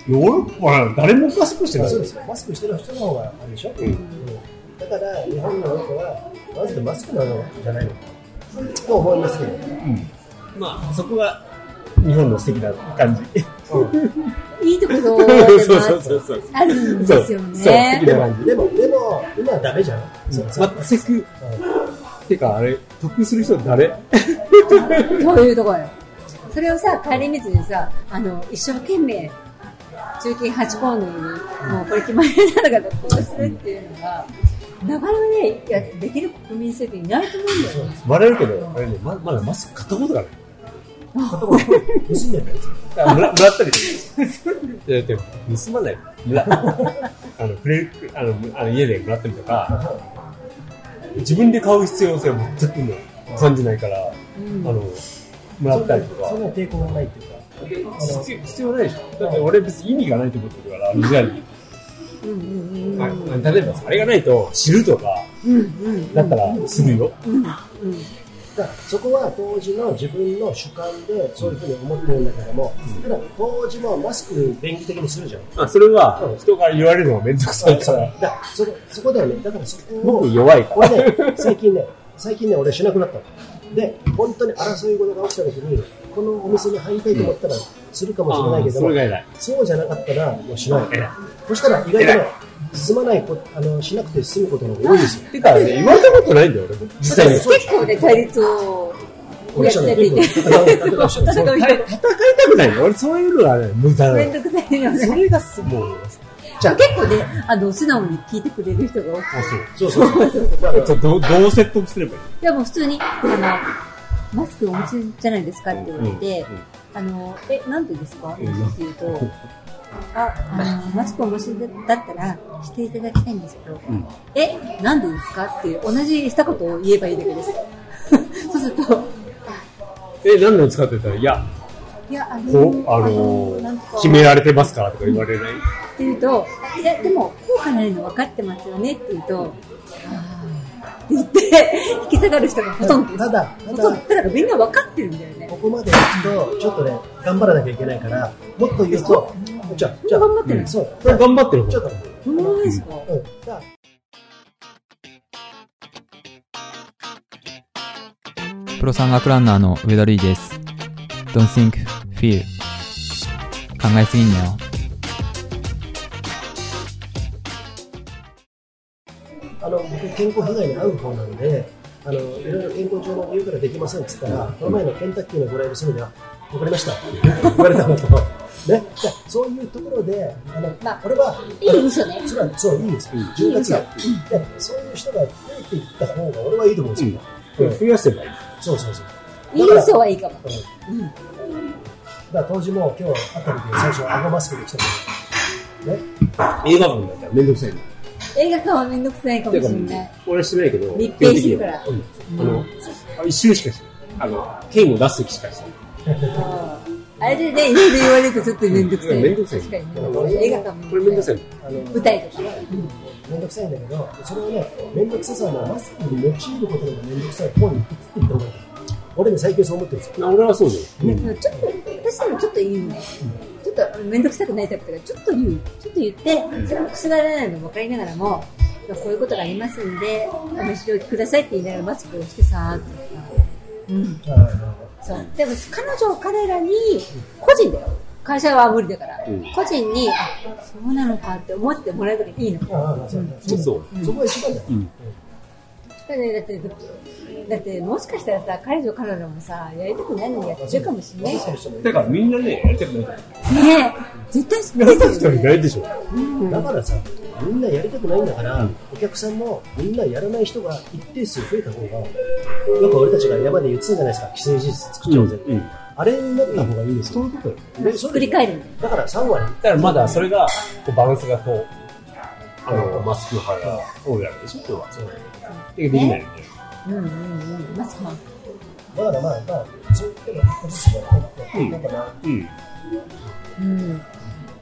B: ヨーロッパは誰もマスクしてない
C: そうですよ。マスクしてる人の方があるでしょ。
B: ん
C: うんだから、日本の多くは、マジでマスクなのじゃないのと思いますけど。
B: まあ、そこが日本の素敵な感じ。
A: いいところで
B: そう
A: も
B: そうそうそう。
A: ああるんですよ
B: そう、好き
A: ね。
B: な感じ。
C: でも、でも、今はダメじゃん。そうそう
B: 全く、てかあれ、得する人誰
A: そういうところよ。それをさ、帰り道にさ、あの、一生懸命、中金8コーナーに、もうこれ決まりなのかと、こうするっていうのが、なかなかね、いやできる国民性っていないと思うんだよね。
B: バレるけど、あれね、ままだマスク買ったことがない。
C: 盗ん
B: [LAUGHS]
C: でるやつ。
B: あもらもらったりいやでも盗まないもらあのプレイあのあの家でもらったりとか自分で買う必要性は全くない感じないから、あのもらったりとか
C: そんな抵抗がないっていうか。
B: 必要必要ないでしょだって俺別に意味がないと思ってるから無理やり
A: うんうんうん。
B: あ例えばあれがないと知るとか
A: うんうん。
B: だったらするよ、
C: だからそこは当時の自分の主観でそういうふうに思ってるんだけども、ただ当時もマスク便宜的にするじゃん。
B: あ、それは人から言われるのが面倒くさいか
C: だ
B: ら
C: からそこそこだよね。だからそこを
B: 僕弱いか
C: 俺
B: ら
C: ね、最近ね、最近ね、俺しなくなったの。で、本当に争い事が起きた時に、このお店に入りたいと思ったら、するかもしれないけど
B: そ
C: も、
B: れが偉い
C: そうじゃなかったら、もうしない
B: 偉い。
C: そしたら意外とね、進まないこあの、しなくて済むことの方が多いですよ。
B: てか、ね、 [LAUGHS] 言われたことないんだよ俺も
A: [LAUGHS]
B: 実際に
A: 私結構ね、対立を
C: 俺
A: や
C: しゃ
A: っ
C: べ
A: て
C: る
A: て、
C: 結構
A: 戦う
B: 戦いたくない [LAUGHS] の俺そういうのはね、無駄な
A: めん
B: の。
A: どくさいよ
B: そ
A: ね。
B: れがすごい。
C: じゃあ
A: 結構ね、あの、素直に聞いてくれる人が多くて。
B: あ、そう。
C: そう [LAUGHS] そうそう。だから
B: じゃあどう、どう説得すればいい
A: でも普通に、あの、マスクお持ちじゃないですかって言われて、
B: うんうん
A: あの、え、なんでですかって
B: うん
A: 言うと、あ、あの、マスクお持ちだったらしていただきたいんですけど、え、なんでですかっていう同じしたことを言えばいいだけです。 [LAUGHS] そうすると、
B: え、何年使ってたら、いや、
A: いや、あの、
B: こう、あ
A: あの
B: の
A: なんとか
B: ー、決められてますからとか言われない。
A: って言うと、いや、でも、効果ないの分かってますよねって言うと、あーって言って、引き下がる人がほとんどです。
C: ただただ
A: ほとんど。だからみんな分かってるんだよね
C: こ。こまで行くと、ちょっとね、頑張らなきゃいけないから、もっと言うと、じゃあ、じゃあ、
A: 頑張ってる
C: うんそう、
B: これ頑張ってる方
C: ちょっと、
A: そんなことないですか
C: うん、じゃあ、
E: プロ山岳ランナーの上田瑠衣です。Don't think, feel. 考えすぎんなよ。
C: あの僕、健康被害に遭う方なんで、あのいろいろ健康上の理由からできませんっつったら、この前のケンタッキーのドライブスルーで、あわかりました [LAUGHS] って言われたのと、ね、じゃあそういうところで、あの
A: まあ
C: これは、
A: いい嘘ね。
C: それはそういいんですよ、10月だ、でそういう人が増えていった方が、俺はいいと思うんですよ、
B: うん増やせばいい。
C: そうそうそう。
A: いい嘘はいいかも。
C: うんだから当時も今日会った時に最初は顎マスクで来たのね [LAUGHS]
B: 映画館だったらめんどくさいの。
A: 映画館はめんどくさいかも
B: て
A: し
B: か
A: れない。、
B: 俺はしてないけど、
A: 密閉してるから
B: 基本的にはうんあの、一周しかしない。あの、剣を出す時しかしない。
A: あーあれでね、いろいろ言われるとちょっとめんどくさい。
B: うんめんどくさい
A: 確かにね。映画館
B: これめんどくさいの。
C: あの
A: 舞台とか。
C: めんどくさいんだけどそれをねめんどくささはもうマスクに用いることでもめんどくさい方に移っていった方がいい俺ね最近そう思ってるんですよ
B: な俺はそうじゃん。
A: ちょっと、私でもちょっと言うね。ちょっとめんどくさくないタイプだから、ちょっと言う。ちょっと言って、それもくすがらないのも分かりながらも、まあこういうことがありますんで、お召し上きくださいって言いながらマスクをしてさーって言った。うん。そう。でも、彼女、彼らに、個人だよ。会社は無理だから、
B: うん
A: 個人に、あ、そうなのかって思ってもらえばいいの。
C: ああそうそう
B: そう。
C: そこが一番だよ、
A: だってだって、だってもしかしたらさ、彼女、彼女もさ、やりたくないのにやってるかもしれないじゃん。ね
B: だからみんなね、やりたくない [LAUGHS] から。
A: え、絶対
B: やりた
A: 好
B: く
A: きだよね。
B: ないでしょ。
C: だからさみんなやりたくないんだから、お客さんもみんなやらない人が一定数増えた方がよく俺たちが山で言ってたじゃないですか既成事実作っちゃおうぜ、
B: うんうん
C: あれになった方がいいですよ、
B: ういうことよ。
C: ね
A: ひっくり返るみたい
C: だから3割
B: だからまだそれが、こうバランスがこう、あの、マスク派が多いわけでしょ、今日は。そう。できないよね。
A: うんうんうん、マスクマン。
C: だからまあまあ、そういうのはずしかなく
B: うん
C: て、だから、
B: うん。
A: うん。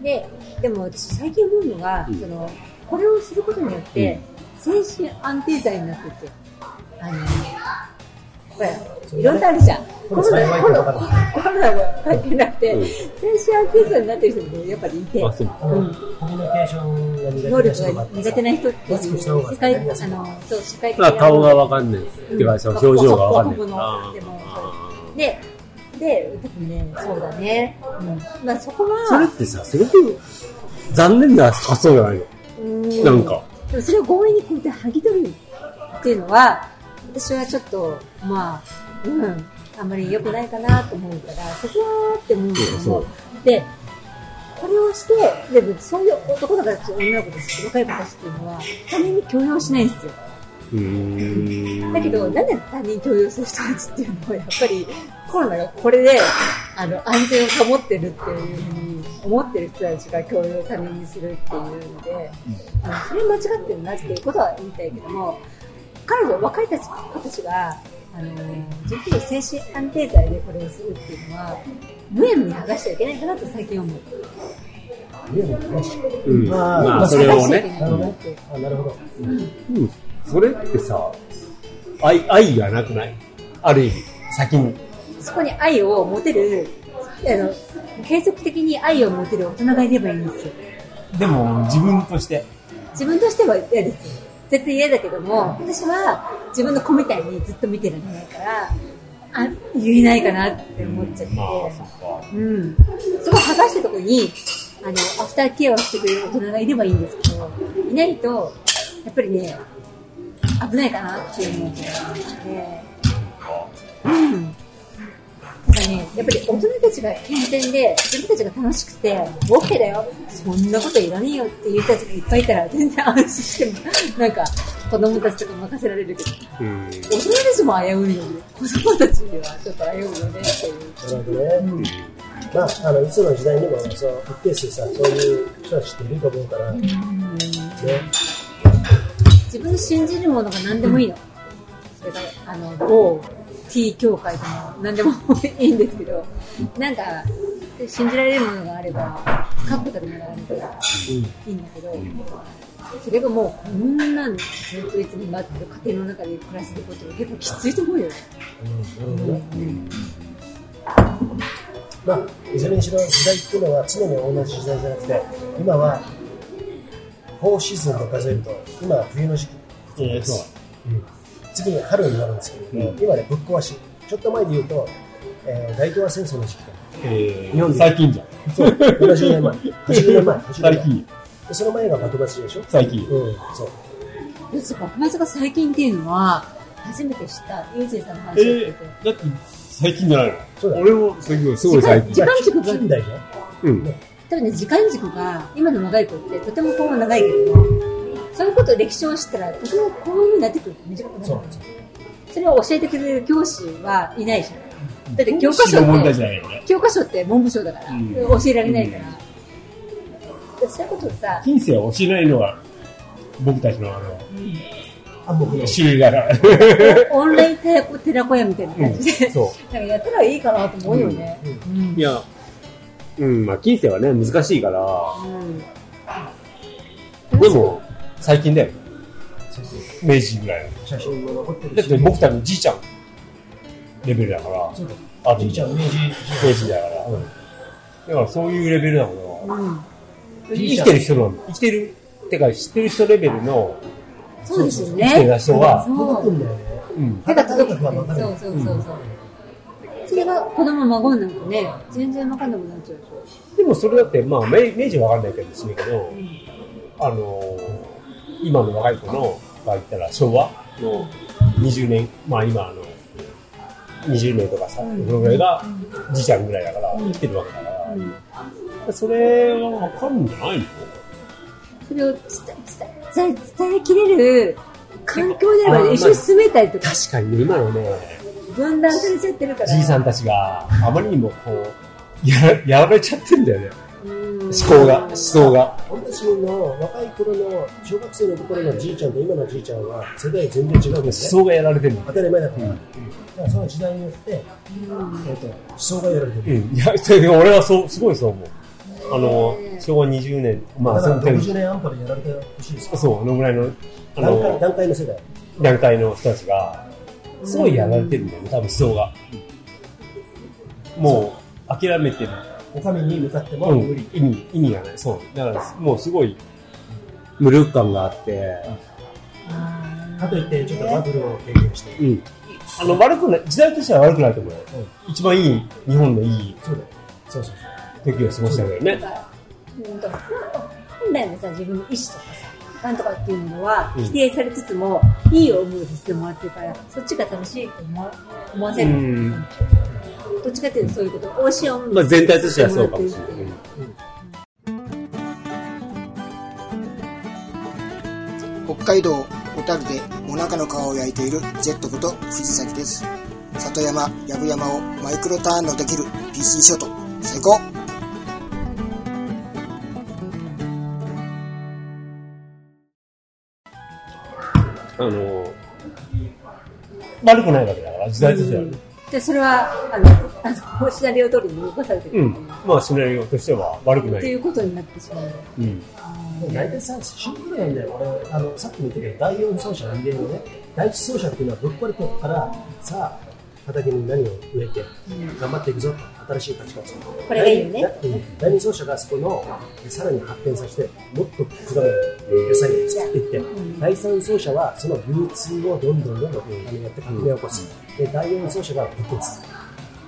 A: で、でも私最近思うのが、その、これをすることによって、精神安定剤になってて、あの、ほら、いろんなあるじゃん。コ
C: これ
A: ロナ、
C: 幸い
A: コロ
C: だ
A: ナ、
C: か
A: コ
C: ら
A: ロナが関係なくて、
B: うん
A: 精神安定剤になってる人もやっぱりいて、
B: あ、そう。
C: あのコミュニケーションが
A: 能
C: 苦
A: 力
C: 手な人が
A: が
C: あって
A: 苦手な人ってい
C: マス
A: う、
C: クした方が
A: 世界、
C: やりやす
A: あ
C: い
A: の、そう、世界的
B: まあ、
A: な
B: 顔がわかんない。ってか、その表情がわかん
A: うん
B: ない。あ
A: でもで、で、多分ね、そうだね。うん。まあそこは、
B: それってさ、すごく残念な発想じゃないの。
A: うん
B: なんか。
A: でもそれを強引にこうやって剥ぎ取るっていうのは、私はちょっと、まあ、うん、あんまり良くないかなと思うから、そこはって思うけど
B: そう
A: も、で、これをして、でそういう男の子たち、女の子たち、若い子たちっていうのは、他人に強要しないんですよ。
B: うーん。
A: だけど、なんで他人共有する人たちっていうのは、やっぱりコロナがこれで、あの、安全を保ってるっていうふうに思ってる人たちが共有を他人にするっていうので、あのそれ間違ってるなっていうことは言いたいけども、彼女、若いたち子たちが、あの、自分の精神安定剤でこれをするっていうのは、むやみに剥がしちゃいけないかなと最近思う。
C: 見えるのね
B: うん、
C: まあ
B: ま
C: ま
B: あ、
C: あ
B: それ
A: 剥が
B: を
A: しちゃいけ
B: ね。
A: ないかなって。
C: あなるほど。
B: うん。それってさ、愛、愛がなくないある意味。先に。
A: そこに愛を持てる、あの、継続的に愛を持てる大人がいればいいんですよ。
B: でも、自分として。
A: 自分としては嫌ですよ。絶対嫌だけども、私は自分の子みたいにずっと見てられないから、あ、言えないかなって思っちゃって。
B: まあ、そっか。
A: うん。そこを剥がしたところに、あの、アフターケアをしてくれる大人がいればいいんですけど、いないと、やっぱりね、危ないかなって思うことがあって、うん。なんかね、やっぱり大人たちが健全で、自分たちが楽しくて、OK だよ、そんなこといらねえよっていう人たちがいっぱいいたら、全然安心しても、なんか、子供たちとか任せられるけど、
B: うん。
A: 大人たちも危ういよね。子供たちにはちょっと危ういよねっていう。
C: なるほどね。まあ、あの、いつの時代にも、その、一定数さ、そういう人たちっていると思うから、ね。
A: 自分の信じるものが何でもいいの。それから、あの、某 T 協会でも何でもいいんですけど、なんか、信じられるものがあれば、確固たるものがあればいいんだけど、それがもうこんなんずっといつも待ってる家庭の中で暮らしてること結構きついと思うよ。
C: うんなるほどね。まあ、いずれにしろ時代っていうのは常に同じ時代じゃなくて、今は、4シーズンと数えると、今は冬の時期。
B: えー、そう。
C: 次に春になるんですけど、
B: うん
C: 今ね、ぶっ壊し。ちょっと前で言うと、えー大東亜戦争の時期か
B: えー、
C: 日本で
B: 最近じゃん。
C: そう、70年前。80年前。80
B: 最
C: 年前
B: 近。
C: でその前が幕末でしょ
B: 最近。
C: うん、そう。
A: で、そこ、まさか最近っていうのは、初めて知った、ゆうじいさんの
B: え
A: 話を聞い
B: ー
A: て、、
B: だって、最近じゃないの
C: そうだよ
B: 俺も、すごい、すごい最近。
A: 時間軸が
C: 近代ね。
B: うん。
A: 多分ね、時間軸が、今の長い子ってとてもこう長いけども、そういうことを歴史を知ったら、とてもこういうふうになってくる。短くなる。
C: そうなんですよ。
A: それを教えてくれる教師はいないじゃん。だって教科
B: 死
A: 書
B: の問題
A: っ
B: じ
A: て、
B: ゃないよね。
A: 教科書って文部省だから、
B: うん
A: 教えられないから。でそういうことをさ、
B: 人生を教えないのが、僕たちのあの、
C: あ、もう、
B: 種 [LAUGHS] 類だから。
A: オンライン寺子寺子屋みたいな
B: う
A: 感
B: ん
A: じで、
B: そ
A: [LAUGHS] なんかやったらいいかなと思うよね。
B: う。いや、うん、まあ、金星はね、難しいから、でも、最近だよ。明治ぐらいの。
C: 写真が残ってる
B: だって僕たちのじいちゃんレベルだから、
C: そうだ
B: あと
C: じいちゃん、明治時
B: 明治だから、だからそういうレベルだもんな。
A: うん。うん
B: 生きてる人なんだ。生きてる、てか知ってる人レベルの
A: そうですよ
B: 生きて
A: ね。
B: た人は、
A: そ
C: 届く
A: う。
C: んだよね。
B: うん。
A: 手が届
C: く
A: く
C: は
A: ね
C: 分かる。
A: そうそうそうそう。それが子供孫なんかね、全然わかんなくなっちゃうでしょ。
B: でもそれだって、まあ、明明治はわかんないかもしれないけど、あのー今の若い子のが言ったら昭和の20年、まあ今あの、20年とかさ、そのぐらいがじいちゃんぐらいだから、生きてるわけだから、それはわかるんじゃないの
A: それを伝え伝え伝え伝えきれる環境であれば一緒に住めたりとか、
B: 確かにね、今のね、
A: 分断されちゃってるから。
B: じいさんたちがあまりにもこう、やらやられちゃってんだよね。
A: うん。思
B: 思考が、思想が。
C: 俺たちの若い頃の小学生の頃のじいちゃんと今のじいちゃんは世代全然違うんで
B: 思
C: すね。
B: 想がやられてる。
C: 当たり前だから。だからその時代によって、えっと、思想がやられてる。
B: うん。いや、それで俺はそう、すごいそう思う。あの、昭和20年、ま
C: だ
B: あ、
C: か
B: そ
C: ら
B: の点
C: 60年安保でやられてほしいですよ。
B: そう、あのぐらいの、あ
C: 段
B: の、
C: 階段階の世代。
B: 団体の人たちが、すごいやられてるんだよね、多分思想が。もう、諦めてる。
C: お上に向かっても
B: うん
C: 無理。
B: 意味、意味がない。そう。だから、もうすごい、無力感があって、
A: あ
C: かといって、ちょっとバブルを経験して。
B: うん。あの、悪くない、時代としては悪くないと思うよ。一番いい、日本のいい
C: そうだよ。そうそうそう。
B: 時を過ごしたけどね。
A: うんと本来のさ自分の意思とかさなんとかっていうのは
B: うん
A: 否定されつつも、いい思いをさせてもらってるからそっちが楽しいと思わ思わせ
B: う
A: る、
B: ん。
A: どっちかっていうとそういうこと美味しい思いを
B: まあ全体としてはそうかもしれない。
F: 北海道小樽でもなかの皮を焼いている Z こと藤崎です里山やぶ山をマイクロターンのできる PC ショット最高
B: あの、悪くないわけだから、時代としては。
A: でそれはあのあのシナリオ通りに動かされて
B: う
A: る、
B: ん。まあ、シナリオとしては悪く
A: っ
B: な
A: て
B: い。
A: いうことになってしまう
B: うん。
C: でも大体さ、シンプルなんだよ、俺、あのさっきも言ったけど、第4走者、人間のね、第一走者っていうのはぶっ壊れてるから、さあ、畑に何を植えて、頑張っていくぞと、新しい価値観を作る
A: これがいいよね
C: 第二第二走者がそこの、さらに発展させて、もっと果物、野菜を作っていって、第3走者はその流通をどんどんどんどんあのやって革命を起こす、で第4走者がぶっ壊す、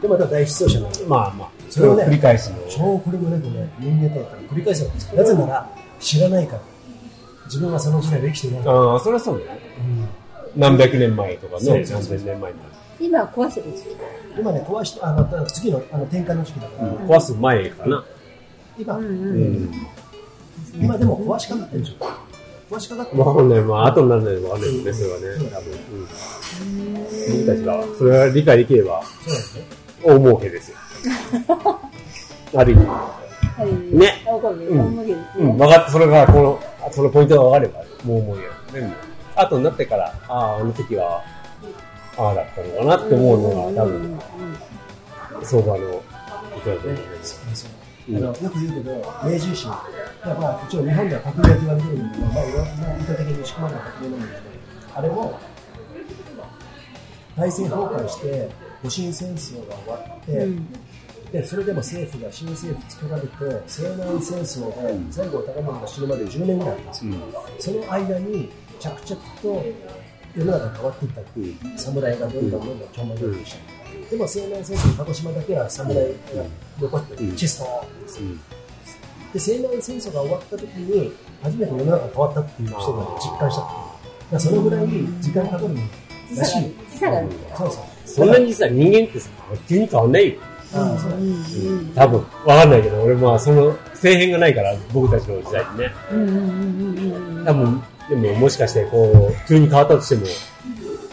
C: で、また第1走者なんだよ
B: まあまあ、そ
C: そ
B: れ
C: れ
B: を
C: を
B: 繰り返すの。
C: 超これもなくね、人間だったら繰り返すよ。なぜなら、知らないから。自分はその時代で生きてないから。
B: ああ、それはそうだよね。何百年前とか
C: そ
B: ね、
C: うそう
B: 何
C: そう
B: 千年前になる。
A: 今は壊してる時期
C: 今ね、壊して、あの、だから次のあの転換の時期だから、
B: 壊す前かな。
C: 今、
B: うん。
C: 今でも壊しかかってるでしょ。壊しかかってる。
B: わかんない。まあ、後にならないのわかんないもんね、それはね。多分。うん。僕たちが、それは理解できれば、
C: そうなんですね。
B: 大儲けですよ。ある意味。
A: はい
B: ね
A: わかるよ
B: うん
A: わかるよ
B: うん、分かった。それが、この、そのポイントが分かれば、もう思うよ。でも、後になってから、ああ、あの時は、ああだったのかなって思うのが、多
A: うん
B: 分、
A: うん
B: 相場のことだと思うんだ
C: そうそうあのよく言うけど、明治維新、だからまあ一応日本では革命と言われてるんだけど、まあ、いろんな意図的に仕込まれた革命なんだけど、あれも体制崩壊して、戊辰戦争が終わって、で、それでも政府が新政府作られて、西南戦争で西郷隆盛が死ぬまで10年ぐらいあるんですよ、その間に着々と世の中が変わっていったっていう、侍がどんどんどんどんちょんまげにした。でも西南戦争、鹿児島だけは侍が残ってる、チストーってですねで西南戦争が終わった時に初めて世の中が変わったっていう人が実感したっていうだからそのぐらい時間かかるらしいよ
A: 時差がある
C: そうそう
B: そんなにさ、人間ってさ、急に変わんないよ。
C: ああそうだ
B: 多分、分かんないけど、俺まあ、その、性変がないから、僕たちの時代にね。多分、でも、もしかして、こう、急に変わったとしても、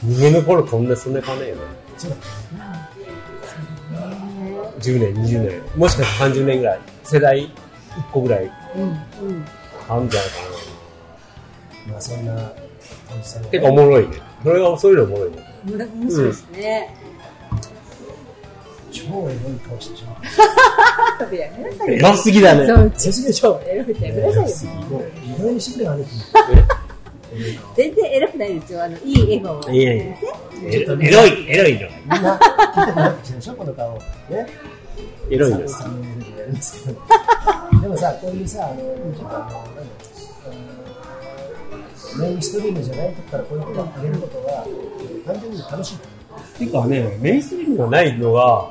B: 人間の頃こんな、そんな変わんないよね。
C: そうだ
B: 10年、20年、もしかして30年ぐらい、世代1個ぐらい、変わるんじゃないかな。
C: まあそんなおじさんがね
B: 結構おもろいね。それが、そういうのおもろいね。
A: むら面白いですね。
C: 超エロい顔してしまう
A: 食べやめなさいよ。
B: エロすぎだね。
A: そう、
C: 先生でしょ
A: エロくてやめなさいよ。
C: もう意外にしてくれよ兄貴
A: 全然エロくないですよ。あの、いい笑顔を。
B: いやいや。エロエロい、エロいの。
C: みんな見てくれなきゃでしょこの顔ね
B: エロいのです。
C: サムネイルでやりますけどでもさこういうさあのちょっとあのなんだろうあのメインストリームじゃないとこからこういうことをあげることは単純に楽しい
B: てかね、メインストリームがないのが、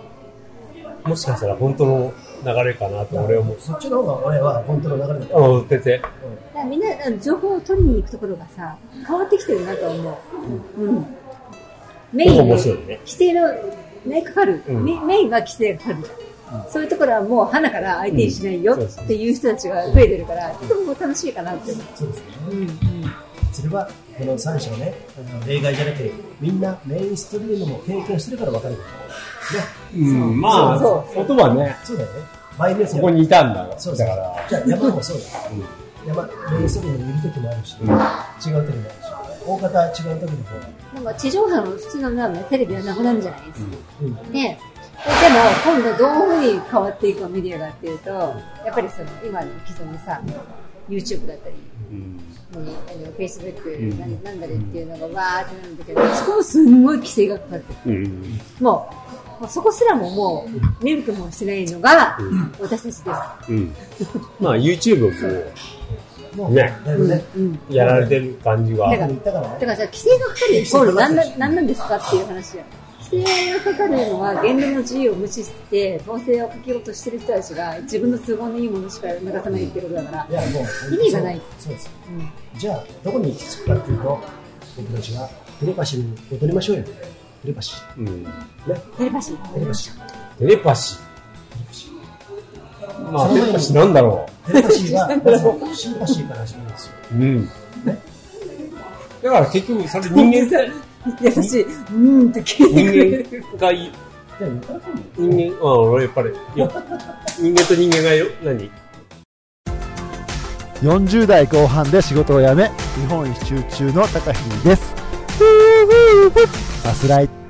B: もしかしたら本当の流れかなと俺は思う。
C: そっちの方が俺は本当の流れだから
B: 思ってて。
A: だからみんな、あの情報を取りに行くところがさ、変わってきてるなと思う。うん。メイン
B: 面
A: の、
B: 白
A: 規
B: いね。
A: 制の、ね、かかる。
B: うん
A: メメインは規制がかかる。そういうところはもう花から相手にしないよ
B: うんそう
A: っていう人たちが増えてるから、とても楽しいかなって思う。
C: そうですね、それはこの3社ねあの例外じゃなくてみんなメインストリームも経験してるから分かるんだよね
B: うん、まあ、
A: そう
B: 音はね、
C: そうだよね倍です
B: そ
C: よ
B: こにいたんだ。だ
C: そうだ
B: か
C: から
B: ら、
C: じゃあ山もそうだよ、山メインストリームにいる時もあるし、違う時もあるし大方は違う時の方が
A: なんか地上波の普通のラーメンテレビはなくなるじゃないですか。
C: うん
A: ねでも今度どういうふうに変わっていくかメディアがっていうとやっぱりその今の既存のさ YouTube だったり、ねあの Facebook なんなんだりっていうのがわーってなるんだけどそこもすんごい規制がかかってる
B: うん。
A: もうもうそこすらももう見るともしてないのが私たちです
B: うん。まあ、YouTube も、
C: もう、
B: ね
C: だいぶね、
A: うん。
B: やられてる感じが。
A: だか
C: だからら言ったから
A: だ
C: ね、
A: からさ、規制がかかるイコール何な何なんですかっていう話や。規制がかかるのは言論の自由を無視して、統制をかけようとしてる人たちが自分の都合のいいものしか流さないってことだから
C: い。や、もう、
A: 意味がない
C: そう。そうです。
A: うん。
C: じゃあ、どこに行き着くかっていうと、僕たちはテレパシーに戻りましょうよ。テレパシー。
B: うん。
C: ね、
A: テレパシー。
C: テレパシー。
B: テレパシー。まあ、テレパシーなんだろ
C: テレパシー [LAUGHS] は、まずシンパシーから始まるんですよ。
B: う。うん。 [LAUGHS] だから結局、それ人間、
A: 優しい。うーんって聞いてくれる。
B: 人間がい、
C: でも、歌うも
B: 人間、ああ、俺やっぱり、よ人間と人間がよ、何
G: 40代後半で仕事を辞め日本一周中の高秀ですバスライ